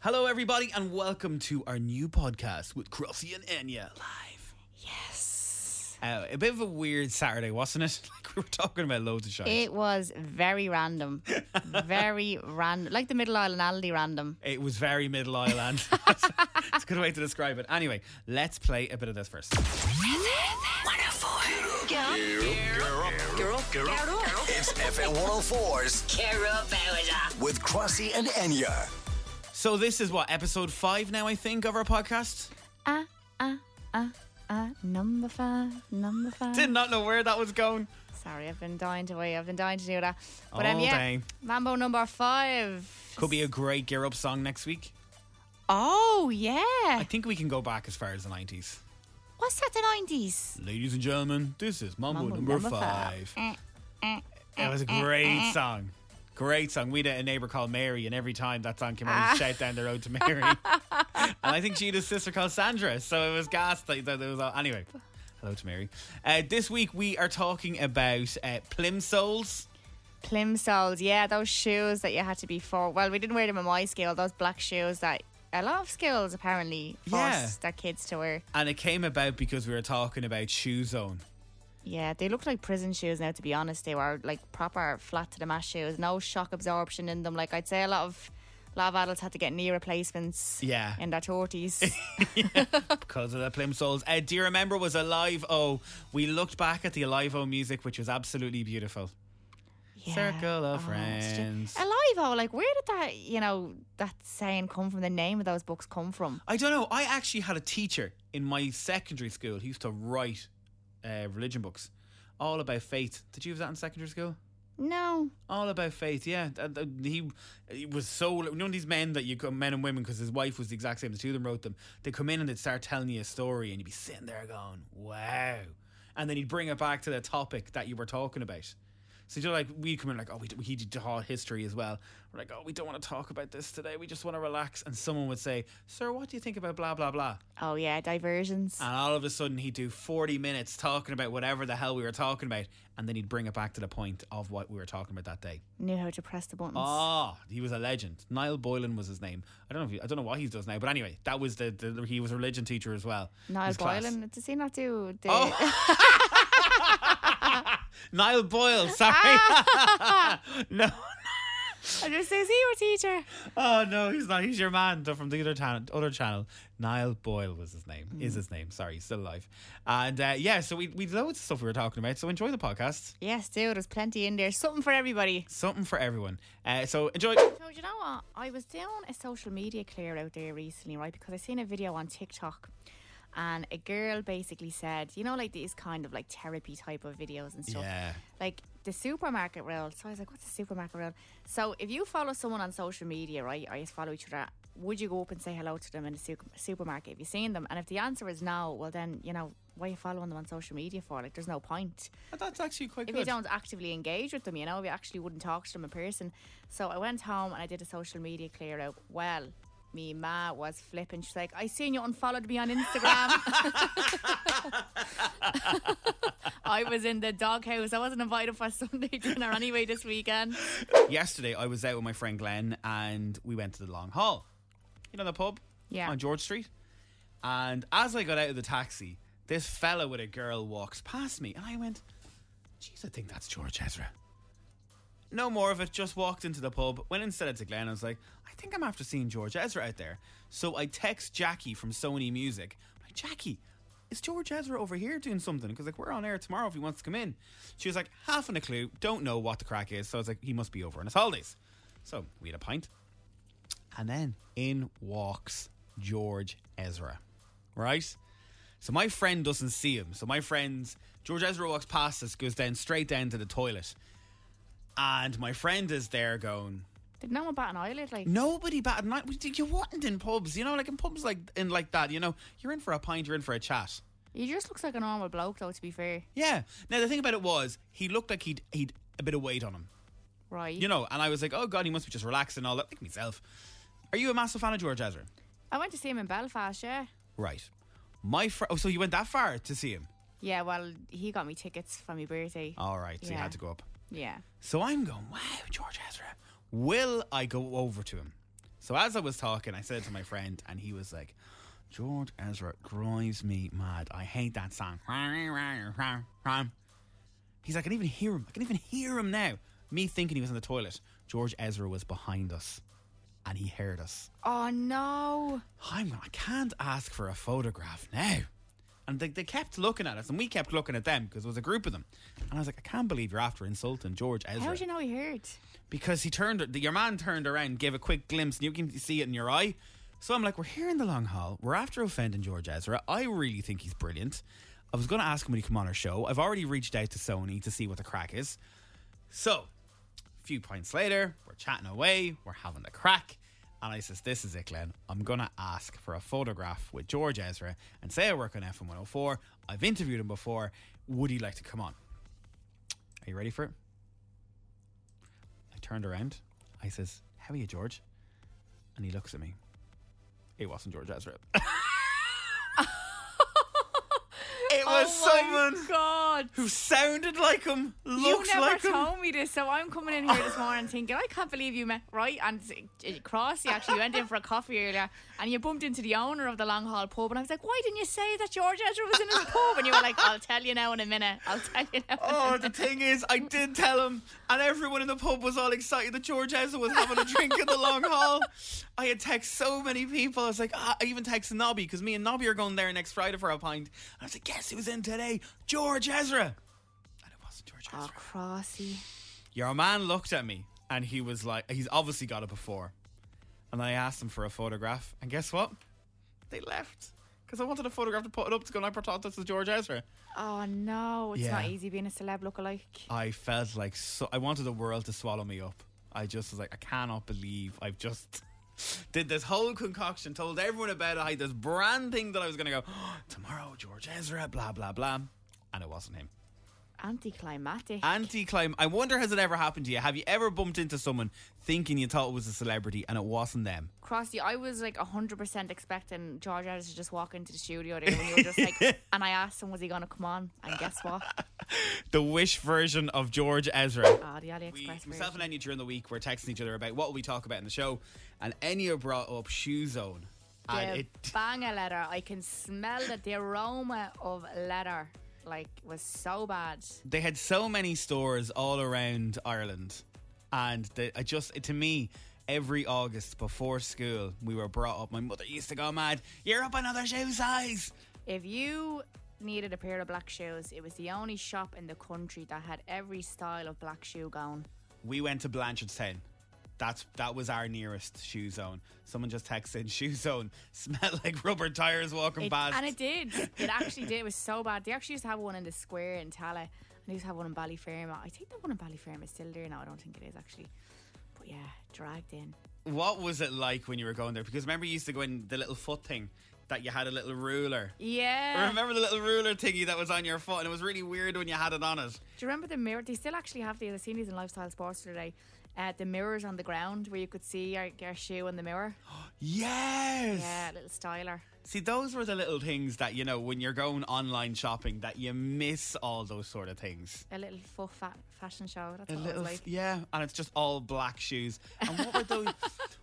Hello, everybody, and welcome to our new podcast with Crossy and Enya live. Yes. Uh, a bit of a weird Saturday, wasn't it? Like we were talking about loads of shows. It, It was very random. very random. Like the Middle Island Aldi random. was very Middle Island. it's a good way to describe it. Anyway, let's play a bit of this first. Girl, girl, It's FM 104's with Crossy and Enya. So this is what episode five now, I think, of our podcast. Ah, ah, ah, ah. Number five. Number five. Did not know where that was going. Sorry, I've been dying to wait. I've been dying to do that. But um, All yeah. day. Mambo number five. Could be a great gear up song next week. Oh, yeah. I think we can go back as far as the nineties. What's that, the 90s? Ladies and gentlemen, this is Mambo, Mambo number, number five. five. Eh, It was a great song. Great song. We had a neighbour called Mary, and every time that song came on, Ah. we'd shout down the road to Mary. and I think she had a sister called Sandra, so it was gas. That that it was all, anyway, hello to Mary. Uh, this week we are talking about uh, plimsolls. Plimsolls. Yeah, those shoes that you had to be for. Well, we didn't wear them in my school. Those black shoes that a lot of schools apparently force Yeah. their kids to wear. And it came about because we were talking about Shoe Zone. Yeah, they looked like prison shoes now, to be honest. They were like proper flat to the mass shoes, no shock absorption in them. Like I'd say a lot of a lot of adults had to get knee replacements Yeah. in their forties. because of the plimsolls. Uh, do you remember was Alive O? We looked back at the Alive O music, which was absolutely beautiful. yeah. Oh, Circle of it's friends. just- Alive oh, like where did that you know, that saying come from, the name of those books come from? I don't know. I actually had a teacher in my secondary school who used to write uh, religion books all about faith. Did you have that in secondary school? No. All about faith, yeah. Th- th- He, he was so none of these men that you come men and women because his wife was the exact same. The two of them wrote them. They come in and they'd start telling you a story, and you'd be sitting there going, "Wow!" And then he'd bring it back to the topic that you were talking about. So you're like, we come in like, oh, we d- he did whole history as well. We're like, oh, we don't want to talk about this today. We just want to relax. And someone would say, "Sir, what do you think about blah blah blah?" Oh yeah, diversions. And all of a sudden, he'd do 40 minutes talking about whatever the hell we were talking about, and then he'd bring it back to the point of what we were talking about that day. Knew how to press the buttons. Ah, he was a legend. Niall Boylan was his name. I don't know. If he, I don't know what he does now, but anyway, that was the, the he was a religion teacher as well. Niall His class. Oh. Boylan, does he not do the Niall Boyle. Sorry. Ah! no. I just says he your teacher. Oh no, he's not. He's your man though, from the other channel. Other channel. Niall Boyle was his name. Hmm. Is his name? Sorry, he's still alive. And uh, yeah, so we we loads of stuff we were talking about. So enjoy the podcast. Yes, dude, there's plenty in there. Something for everybody. Something for everyone. Uh, so enjoy. So do you know what? I was doing a social media clear out there recently, right? Because I seen a video on TikTok, and a girl basically said, you know, like these kind of like therapy type of videos and stuff, Yeah. like the supermarket rule. So I was like, what's the supermarket rule? So if you follow someone on social media, right, or you follow each other, would you go up and say hello to them in the su- supermarket if you've seen them? And if the answer is no, well then you know why are you following them on social media for? Like, there's no point That's actually quite if good. you don't actively engage with them, you know, if you actually wouldn't talk to them in person. So I went home and I did a social media clear out. Well, me ma was flipping. She's like, I seen you unfollowed me on Instagram. I was in the doghouse. I wasn't invited for Sunday dinner anyway this weekend. Yesterday, I was out with my friend Glenn, and we went to the Long Hall. You know the pub, Yeah. on George Street. And as I got out of the taxi, this fella with a girl walks past me, and I went, "Jeez, I think that's George Ezra." No more of it. Just walked into the pub, went and said it to Glenn. I was like, "I think I'm after seeing George Ezra out there." So I text Jackie from Sony Music. I'm like, Jackie. Is George Ezra over here doing something? Because like we're on air tomorrow if he wants to come in. She was like, half in a clue, don't know what the crack is. So I was like, he must be over on his holidays. So we had a pint. And then in walks George Ezra, right? So my friend doesn't see him. So my friend's George Ezra walks past us, goes down straight down to the toilet. And my friend is there going, Did no one bat an eyelid? Like, Nobody batted an eye. We- You weren't in pubs, you know, like in pubs like in like that, you know, you're in for a pint, you're in for a chat. he just looks like a normal bloke, though. To be fair, Yeah. Now the thing about it was he looked like he'd he'd a bit of weight on him. right? You know, and I was like, Oh god, he must be just relaxed and all that. Like myself. Are you a massive fan of George Ezra? I went to see him in Belfast. Yeah, Right. My fr- oh, so you went that far to see him? yeah. Well, he got me tickets for my birthday. All right, so you Yeah. had to go up. Yeah. So I'm going, wow, George Ezra. Will I go over to him? So as I was talking, I said to my friend, and he was like, George Ezra drives me mad. I hate that song. He's like, I can even hear him. I can even hear him now. Me thinking he was in the toilet. George Ezra was behind us, and he heard us. Oh no! I'm, I can't ask for a photograph now. And they, they kept looking at us, and we kept looking at them because it was a group of them. And I was like, I can't believe you're after insulting George Ezra. How do you know he heard? Because he turned, your man turned around, gave a quick glimpse, and you can see it in your eye. So I'm like, we're here in the long haul. We're after offending George Ezra. I really think he's brilliant. I was going to ask him when he come on our show. I've already reached out to Sony to see what the crack is. So, a few pints later, we're chatting away, we're having the crack. And I says, This is it, Glenn. I'm going to ask for a photograph with George Ezra and say I work on FM 104. I've interviewed him before. Would he like to come on? Are you ready for it? I turned around. I says, How are you, George? And he looks at me. It wasn't George Ezra. it was oh someone my god! who sounded like him, You looks never like him. told me this, so I'm coming in here this morning thinking I can't believe you met right and uh, Crossy actually went in for a coffee earlier and you bumped into the owner of the Long Hall pub and I was like, why didn't you say that George Ezra was in his pub? And you were like, I'll tell you now in a minute. I'll tell you now. in a Oh, minute." the thing is, I did tell him, and everyone in the pub was all excited that George Ezra was having a drink in the long haul. I had texted so many people. I was like, ah, I even texted Nobby because me and Nobby are going there next Friday for a pint. And I was like, guess who's in today? George Ezra. And it wasn't George Ezra. Oh, Crossy. Your man looked at me, and he was like, he's obviously got it before. And I asked him for a photograph, and guess what? They left because I wanted a photograph to put it up to go. I thought this was George Ezra. Oh no, it's Yeah. not easy being a celeb lookalike. I felt like so. I wanted the world to swallow me up. I just was like, I cannot believe I've just did this whole concoction, told everyone about it. I had this brand thing that I was going to go tomorrow, George Ezra, blah blah blah, and it wasn't him. Anticlimactic. Anti climb. I wonder has it ever happened to you? Have you ever bumped into someone thinking you thought it was a celebrity and it wasn't them? Crossy, I was like 100% expecting George Ezra to just walk into the studio there when you were just like, and I asked him, was he going to come on? And guess what? The wish version of George Ezra. Oh, the we, AliExpress. myself version. and Enya during the week were texting each other about what we talk about in the show, and Enya brought up Shoe Zone, and the it banger leather. I can smell that the aroma of leather like was so bad. they had so many stores all around Ireland, and they, I just to me. Every August before school, we were brought up. My mother used to go mad. You're up another shoe size. If you needed a pair of black shoes, it was the only shop in the country that had every style of black shoe gone. We went to Blanchardstown. That's that was our nearest shoe zone. Someone just texted shoe zone. Smelled like rubber tires walking It- past. and it did. It actually did. It was so bad. They actually used to have one in the square in Tala, and they used to have one in Ballyferma. I think the one in Ballyferma is still there now. I don't think it is actually. But yeah, dragged in. what was it like when you were going there? Because remember you used to go in the little foot thing that you had a little ruler. Yeah. Remember the little ruler thingy that was on your foot, and it was really weird when you had it on it. Do you remember the mirror? They still actually have these. I seen these in Lifestyle Sports today. Uh, the mirrors on the ground where you could see your, your shoe in the mirror. Yes. Yeah, a little styler. See, those were the little things that you know when you're going online shopping that you miss all those sort of things. A little full fat fashion show. That's what it was Oh, like. yeah, and it's just all black shoes. And what were those?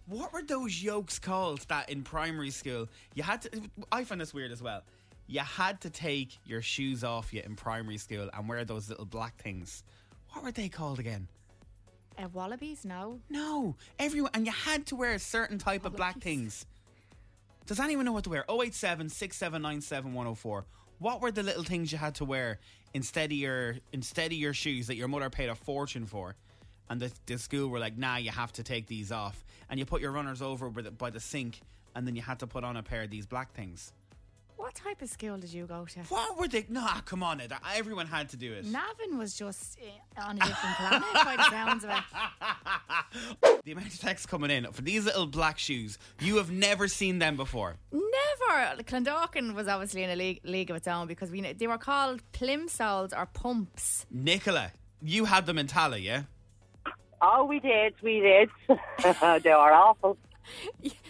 what were those yokes called? That in primary school you had to. I find this weird as well. You had to take your shoes off you in primary school and wear those little black things. What were they called again? Uh, wallabies? No. No, everyone, and you had to wear a certain type of black things. Does anyone know what to wear? 087 6797 104. What were the little things you had to wear instead of your instead of your shoes that your mother paid a fortune for? And the, the school were like, nah, you have to take these off. And you put your runners over by the, by the sink, and then you had to put on a pair of these black things. What type of school did you go to? What were they? Nah, come on, Ed, everyone had to do it. Navin was just uh, on a different planet by the sounds of it. The amount of text coming in for these little black shoes, you have never seen them before. Never. Clondalkin was obviously in a league, league of its own because we kn- they were called plimsolls or pumps. Nicola, you had them in Tala, yeah? Oh, we did, we did. they were awful.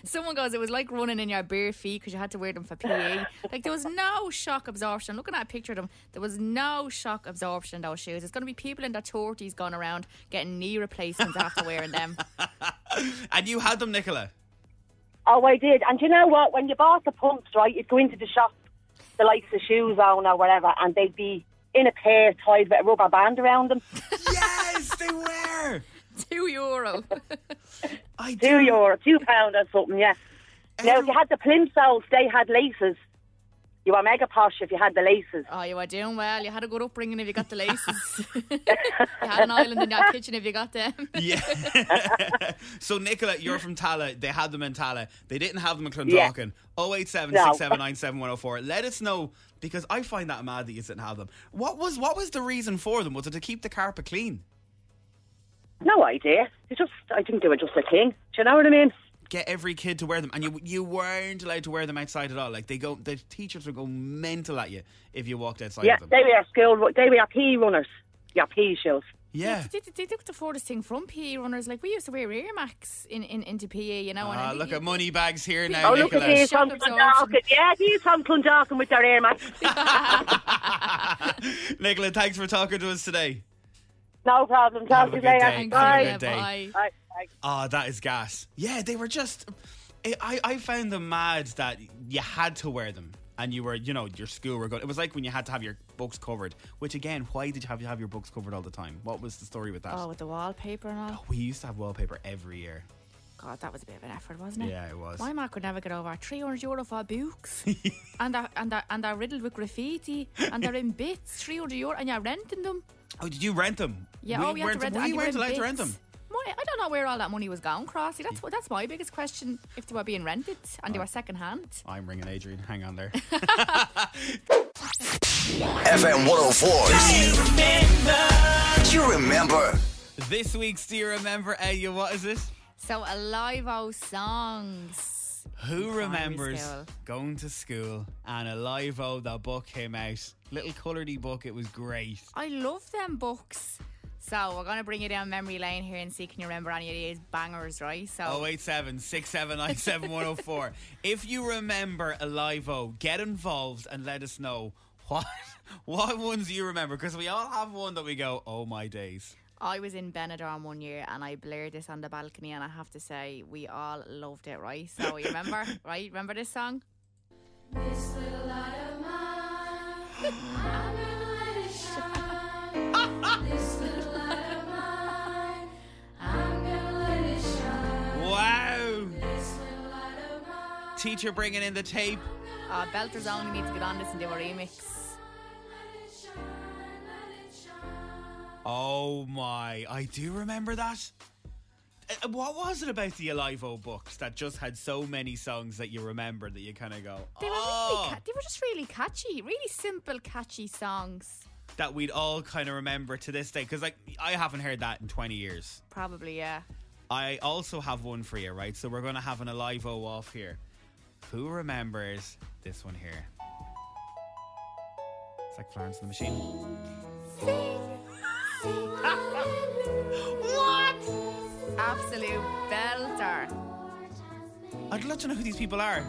Someone goes, it was like running in your bare feet because you had to wear them for PE. like there was no shock absorption. Looking at a picture of them, there was no shock absorption in those shoes. It's going to be people in their thirties going around getting knee replacements after wearing them. And you had them, Nicola. Oh, I did. And you know what? When you bought the pumps, right, you'd go into the shop, the likes of shoes on or whatever, and they'd be in a pair tied with a rubber band around them. yes, they were. Two euro. I do. Two euro, two pound or something, yeah. Now, if Every- you had the plimsolls, they had laces. You were mega posh if you had the laces. oh, you were doing well. You had a good upbringing if you got the laces. you had an island in your kitchen if you got them. Yeah. so Nicola, you're from Tala. They had them in Tala. They didn't have them in Yeah. Clondalkin. Oh eight seven No. six seven nine seven one zero four. Let us know because I find that mad that you didn't have them. What was what was the reason for them? Was it to keep the carpet clean? No idea. They just, I think they were just a thing. Do you know what I mean? Get every kid to wear them, and you you weren't allowed to wear them outside at all. Like they go, the teachers would go mental at you if you walked outside Yeah, with them. they were school, they were pea runners. Your pea shoes. yeah. They, they, they took the furthest thing from PE runners. Like, we used to wear earmarks in, in, into PE, you know. and I Ah, think look you- at money bags here now, Oh, Oh, look at Nicola. these Shock from absorption. Clondalkin. Yeah, these from Clondalkin with their air mats. Nicola, thanks for talking to us today. No problem. Have Talk a to you good day. later. Thank Have a you. good day. Bye. Bye. Bye. Oh, that is gas. Yeah, they were just. I- I, I found them mad that you had to wear them and you were, you know, your school were going. It was like when you had to have your books covered, which again, why did you have, you have your books covered all the time? What was the story with that? Oh, with the wallpaper and all. We used to have wallpaper every year. God, that was a bit of an effort, wasn't it? Yeah, it was. My Mark could never get over 300 euro for books, and they're, and they're, and they're riddled with graffiti, and they're in bits. 300 euro, and you're renting them. Oh, did you rent them? Yeah, we oh, we had to weren't, rent. we them, and they were weren't in allowed to rent bits. them. My, I don't know where all that money was going, Crossy. That's what that's my biggest question. If they were being rented and they were second hand. I'm ringing Adrian. Hang on there. FM 104's. Do you remember? this week's Do You Remember, Aya, what is it? So alive O songs. Who Primary remembers school. going to school and a live oh the book came out? Little colouredy book, it was great. I love them books. So we're gonna bring you down memory lane here and see can you remember any of these bangers, right? So 087 679 7104. If you remember Alive O, get involved and let us know what what ones you remember because we all have one that we go, oh my days. I was in Benidorm one year and I blared this on the balcony and I have to say we all loved it, right? So you remember, right? Remember this song? Wow! Teacher bringing in the tape. Uh, Belters only need to get on this and do a remix. Oh my, I do remember that. Uh, What was it about the Alive O books that just had so many songs that you remember that you kind of go, They were, oh, really ca- they were just really catchy, really simple, catchy songs. that we'd all kind of remember to this day? Because like I haven't heard that in 20 years. Probably, yeah. I also have one for you, right? So we're going to have an Alive O off here. Who remembers this one here? It's like Florence and the Machine. Absolute belter. I'd love to know who these people are.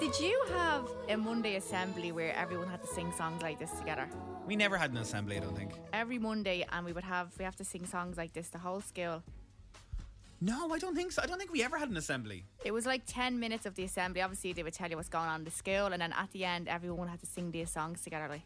Did you have a Monday assembly where everyone had to sing songs like this together? We never had an assembly, I don't think. Every Monday, and we would have we have to sing songs like this the whole school. No, I don't think so. I don't think we ever had an assembly. It was like 10 minutes of the assembly. Obviously, they would tell you what's going on in the school, and then at the end, everyone had to sing their songs together. Like,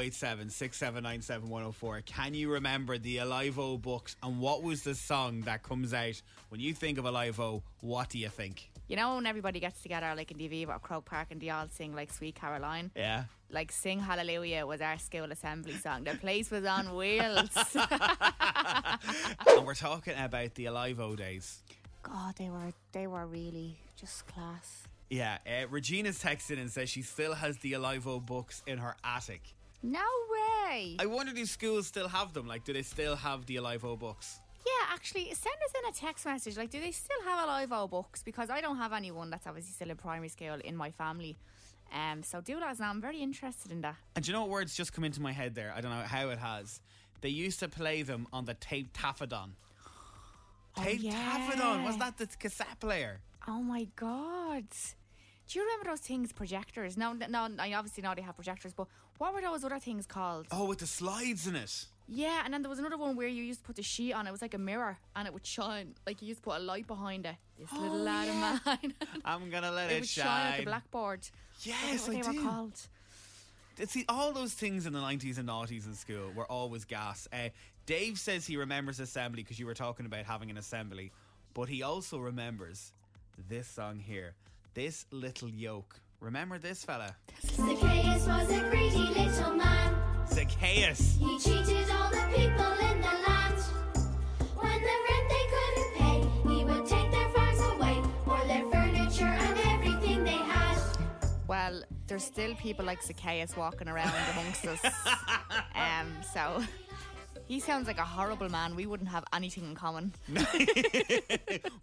087 679 7104. Can you remember the Alive O books and what was the song that comes out when you think of Alive O? What do you think? you know, when everybody gets together, like in the Aviva or Croke Park, and they all sing like Sweet Caroline, Yeah. like Sing Hallelujah was our school assembly song. The place was on wheels. and we're talking about the Alive O days. God, they were they were really just class. Yeah, uh, Regina's texted and says she still has the Alive O books in her attic. No way. I wonder do schools still have them? Like, do they still have the Alive O books? yeah, actually, send us in a text message. Like, do they still have Alive O books? Because I don't have anyone that's obviously still in primary school in my family. Um, so do let us know. I'm very interested in that. And do you know what words just come into my head there? I don't know how it has. They used to play them on the tape taffadon. Tape yeah. taffadon? Was that the cassette player? Oh my god. Do you remember those things, projectors? No, no, I obviously know they have projectors, but what were those other things called? Oh, with the slides in it. Yeah, and then there was another one where you used to put the sheet on. It was like a mirror, and it would shine. Like you used to put a light behind it. This little lad of mine. I'm gonna let it Oh, it, would shine. at shine. the blackboard. Yes, I I forget what they were do. called. See, all those things in the 90s and noughties in school were always gas. Uh, Dave says he remembers assembly because you were talking about having an assembly, but he also remembers this song here, This Little Yoke. Remember this fella? Zacchaeus was a greedy little man. Zacchaeus. He cheated all the people in the land. When the rent they couldn't pay, he would take their farms away, or their furniture and everything they had. Well, there's still people like Zacchaeus walking around amongst us. Um, so he sounds like a horrible man. We wouldn't have anything in common.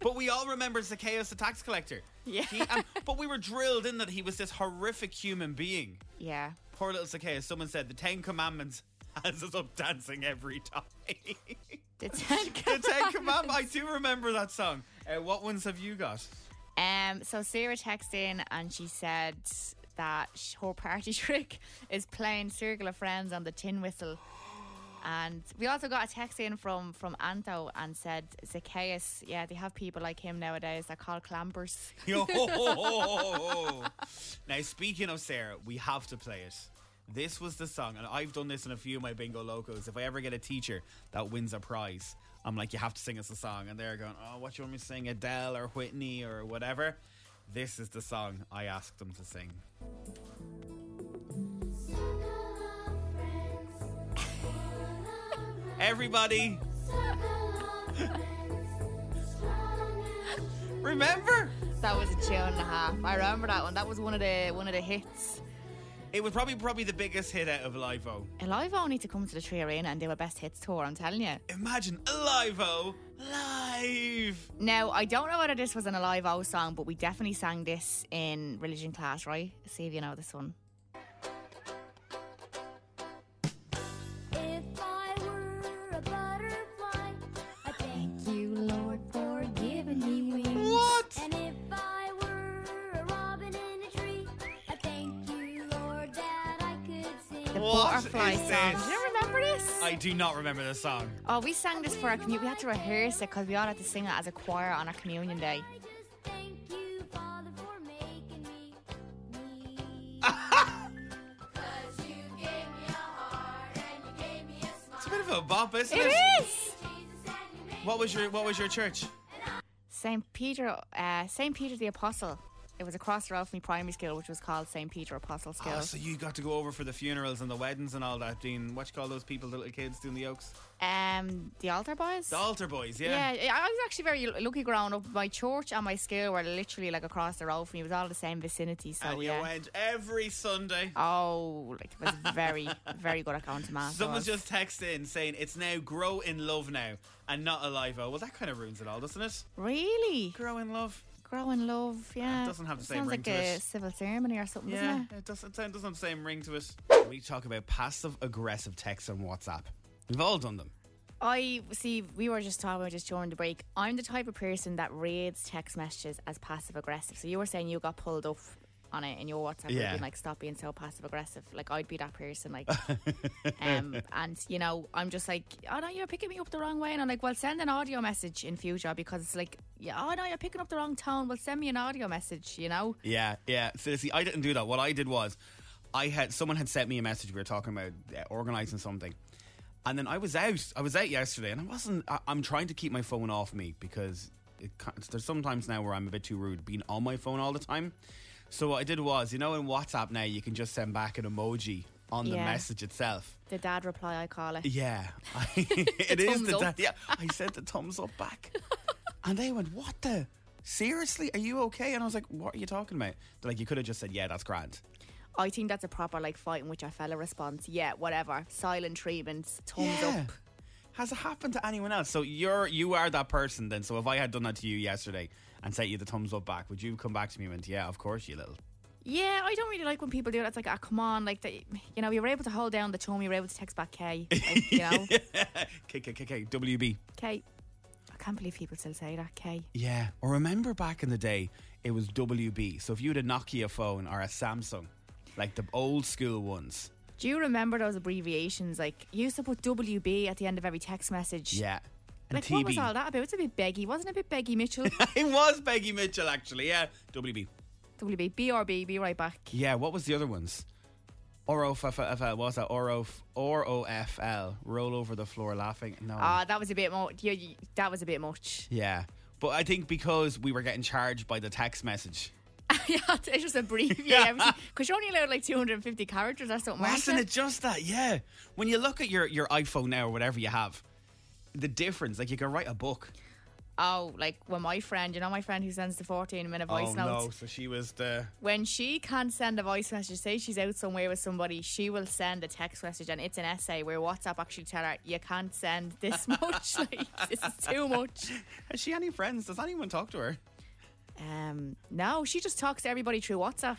But we all remember Zacchaeus, the tax collector. Yeah. He- um, but we were drilled in that he was this horrific human being. Yeah. Poor little Zacchaeus. Someone said the Ten Commandments has us up dancing every time. The Ten the Ten Commandments. Commandments. I do remember that song. Uh, what ones have you got? Um, so Sarah texted in and she said that sh- her party trick is playing Circle of Friends on the tin whistle. And we also got a text in from from Anto and said Zacchaeus. Yeah, they have people like him nowadays. They're called clambers. Yo. now, speaking of Sarah, we have to play it. This was the song, and I've done this in a few of my bingo locos. If I ever get a teacher that wins a prize, I'm like, you have to sing us a song. And they're going, oh, what do you want me to sing? Adele or Whitney or whatever. This is the song I asked them to sing. Circle of friends, all around. Everybody, Circle of friends, strong and true. remember? That was a tune and a half. I remember that one. That was one of the one of the hits. It was probably probably the biggest hit out of Livo. Alive only to come to the Tree Arena and do a best hits tour. I'm telling you. Imagine Livo live. Now, I don't know whether this was an Alive O song, but we definitely sang this in religion class, right? See if you know this one. If I were a butterfly, I thank you, Lord, for giving me wings. What? And if I were a robin in a tree, I thank you, Lord, that I could The sing. What butterfly is song. this? Do you remember this? I do not remember the song. oh, we sang this for our community. We had to rehearse it because we all had to sing it as a choir on our communion day. I just thank you, Father, for making me me. 'Cause you gave me a heart and you gave me a It's smile. a bit of a bop, isn't It it? is Jesus, and you made What was your What was your church? Saint Peter, uh, Saint Peter the Apostle. It was across the road from me primary school, which was called Saint Peter Apostle School. Oh, so you got to go over for the funerals and the weddings and all that, Dean. What you call those people, the little kids doing the oaks? um, the altar boys. The altar boys, Yeah, yeah. I was actually very l- lucky growing up. My church and my school were literally like across the road from me. It was all the same vicinity. So and you Oh, yeah. went every Sunday. Oh, like it was very, very good at going to mass. I Someone's was. just texted in saying it's now grow in love now and not alive. Oh, well, that kind of ruins it all, doesn't it? really Grow in love. grow in love. Yeah, It doesn't have the same sounds ring like to a it. civil ceremony or something, Yeah, doesn't it? it doesn't sound doesn't have the same ring to it. We talk about passive aggressive texts on WhatsApp. We've all done them. I see. We were just talking about this during the break. I'm the type of person that reads text messages as passive aggressive. So you were saying you got pulled up on it in your WhatsApp group, Yeah. being like, "Stop being so passive aggressive." Like I'd be that person. Like, um, and you know, I'm just like, "Oh no, you're picking me up the wrong way," and I'm like, "Well, send an audio message in future because it's like, yeah, oh no, you're picking up the wrong tone. Well, send me an audio message." You know. Yeah, yeah. So see, I didn't do that. What I did was, I had someone had sent me a message. We were talking about uh, organizing something, and then I was out. I was out yesterday, and I wasn't. I, I'm trying to keep my phone off me because it, ca- there's sometimes now where I'm a bit too rude, being on my phone all the time. So what I did was, you know, in WhatsApp now you can just send back an emoji on the Yeah. message itself. The dad reply, I call it. Yeah, I, it is thumbs the up. da- yeah. I sent the thumbs up back, and they went, "What the? Seriously? Are you okay?" And I was like, "What are you talking about?" They're like, "You could have just said, yeah, that's grand." I think that's a proper like fighting with your fella response. Yeah, whatever. Silent treatments, thumbs Yeah. up. Has it happened to anyone else? So you're you are that person then. So if I had done that to you yesterday and sent you the thumbs up back, would you come back to me and went, "Yeah, of course, you little." Yeah, I don't really like when people do that. It's like, ah, come on, like that. You know, you were able to hold down the tone. You were able to text back K. Like, you know, K K K K W B. K. I can't believe people still say that K. Yeah. Or remember back in the day, it was WB. So if you had a Nokia phone or a Samsung, like the old school ones, Do you remember those abbreviations? Like, you used to put WB at the end of every text message. Yeah. And Like, TB. what was all that about? It's a bit beggy, wasn't it? A bit beggy, Mitchell. It was Peggy Mitchell, actually. Yeah. WB. WB, BRB, be right back. Yeah, what was the other ones? ROFFL. What was that? ROF, ROFL. Roll over the floor laughing. No. Ah, that was a bit more. Yeah, you- that was a bit much. yeah. But I think because we were getting charged by the text message. yeah, it's just abbreviate Yeah. everything. Because you're only allowed like 250 characters or something. aren't Wasn't you? it just that? Yeah. When you look at your, your iPhone now or whatever you have, the difference, like you could write a book. Oh, like when my friend, you know, my friend who sends the 14 minute voice oh, notes. no. So she was the. When she can't send a voice message, say she's out somewhere with somebody, she will send a text message and it's an essay where WhatsApp actually tell her, you can't send this much. like, this is too much. Has she any friends? Does anyone talk to her? Um, no, she just talks to everybody through WhatsApp.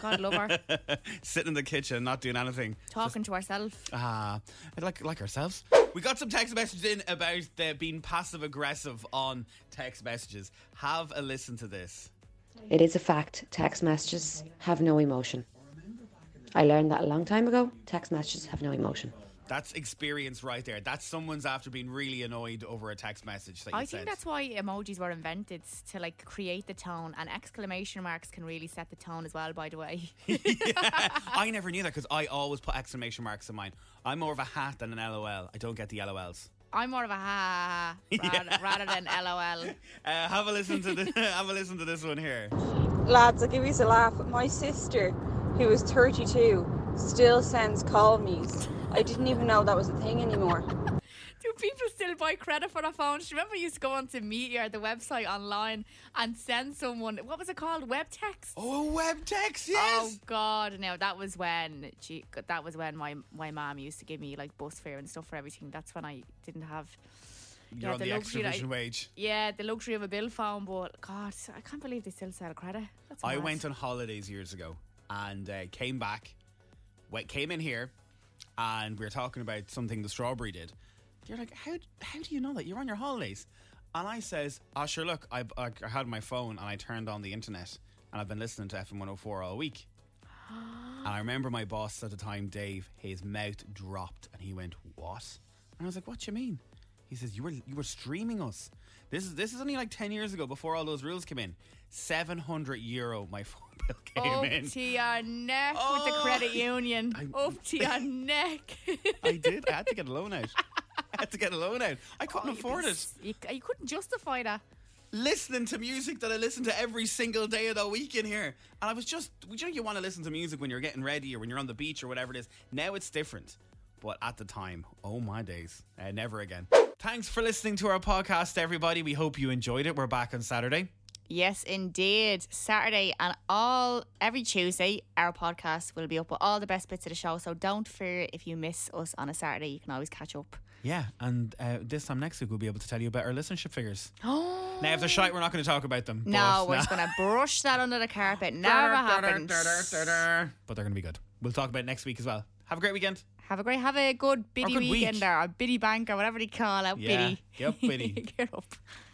God love her. Sitting in the kitchen, not doing anything. Talking to herself. Ah, like like ourselves. We got some text messages in about uh, being passive aggressive on text messages. Have a listen to this. It is a fact. Text messages have no emotion. I learned that a long time ago. Text messages have no emotion. That's experience right there. That's someone's after being really annoyed over a text message that you I sent. think that's why emojis were invented to like create the tone, and exclamation marks can really set the tone as well. By the way, I never knew that because I always put exclamation marks in mine. I'm more of a hat than an LOL. I don't get the LOLs. I'm more of a ha, ha, ha rather, rather than lol. Uh, have a listen to the, have a listen to this one here. Lads, I'll give you a laugh. My sister, who is 32, still sends call me's. I didn't even know that was a thing anymore. Do people still buy credit for their phones? Do you Remember, you used to go onto Meteor, the website online, and send someone what was it called? Web text. Oh, a web text. Oh Yes. God! Now that was when gee, that was when my my mom used to give me like bus fare and stuff for everything. That's when I didn't have. You're yeah, on the the extra luxury that I- vision wage. Yeah, the luxury of a bill phone, but God, I can't believe they still sell credit. That's I mad. went on holidays years ago and uh, came back, went, came in here, and we were talking about something the strawberry did. You're like, how how do you know that you're on your holidays? And I says, oh sure, look, I, I I had my phone and I turned on the internet and I've been listening to FM 104 all week. and I remember my boss at the time, Dave, his mouth dropped and he went, what? And I was like, what you mean? He says, you were you were streaming us. This is this is only like ten years ago before all those rules came in. Seven hundred euro my phone bill came Up in. to your neck with the Oh. credit union. I'm- Up to your neck. I did. I had to get a loan out. I had to get a loan out. I couldn't afford it. You, you couldn't justify that. Listening to music that I listen to every single day of the week in here, and I was just, you know, you want to listen to music when you're getting ready or when you're on the beach or whatever it is. Now it's different, but at the time, oh my days, uh, never again. Thanks for listening to our podcast, everybody. We hope you enjoyed it. We're back on Saturday. Yes, indeed. Saturday and all every Tuesday, our podcast will be up with all the best bits of the show. So don't fear if you miss us on a Saturday. You can always catch up. Yeah, and uh, this time next week we'll be able to tell you about our listenership figures. Oh Now, if they're shite, we're not going to talk about them. no, but- we're just gonna brush that under the carpet. Never happened. But they're going to be good. We'll talk about it next week as well. Have a great weekend. Have a great, have a good biddy good week. weekend or a biddy bank or whatever they call it, Yeah. biddy. Get up, biddy. Get up.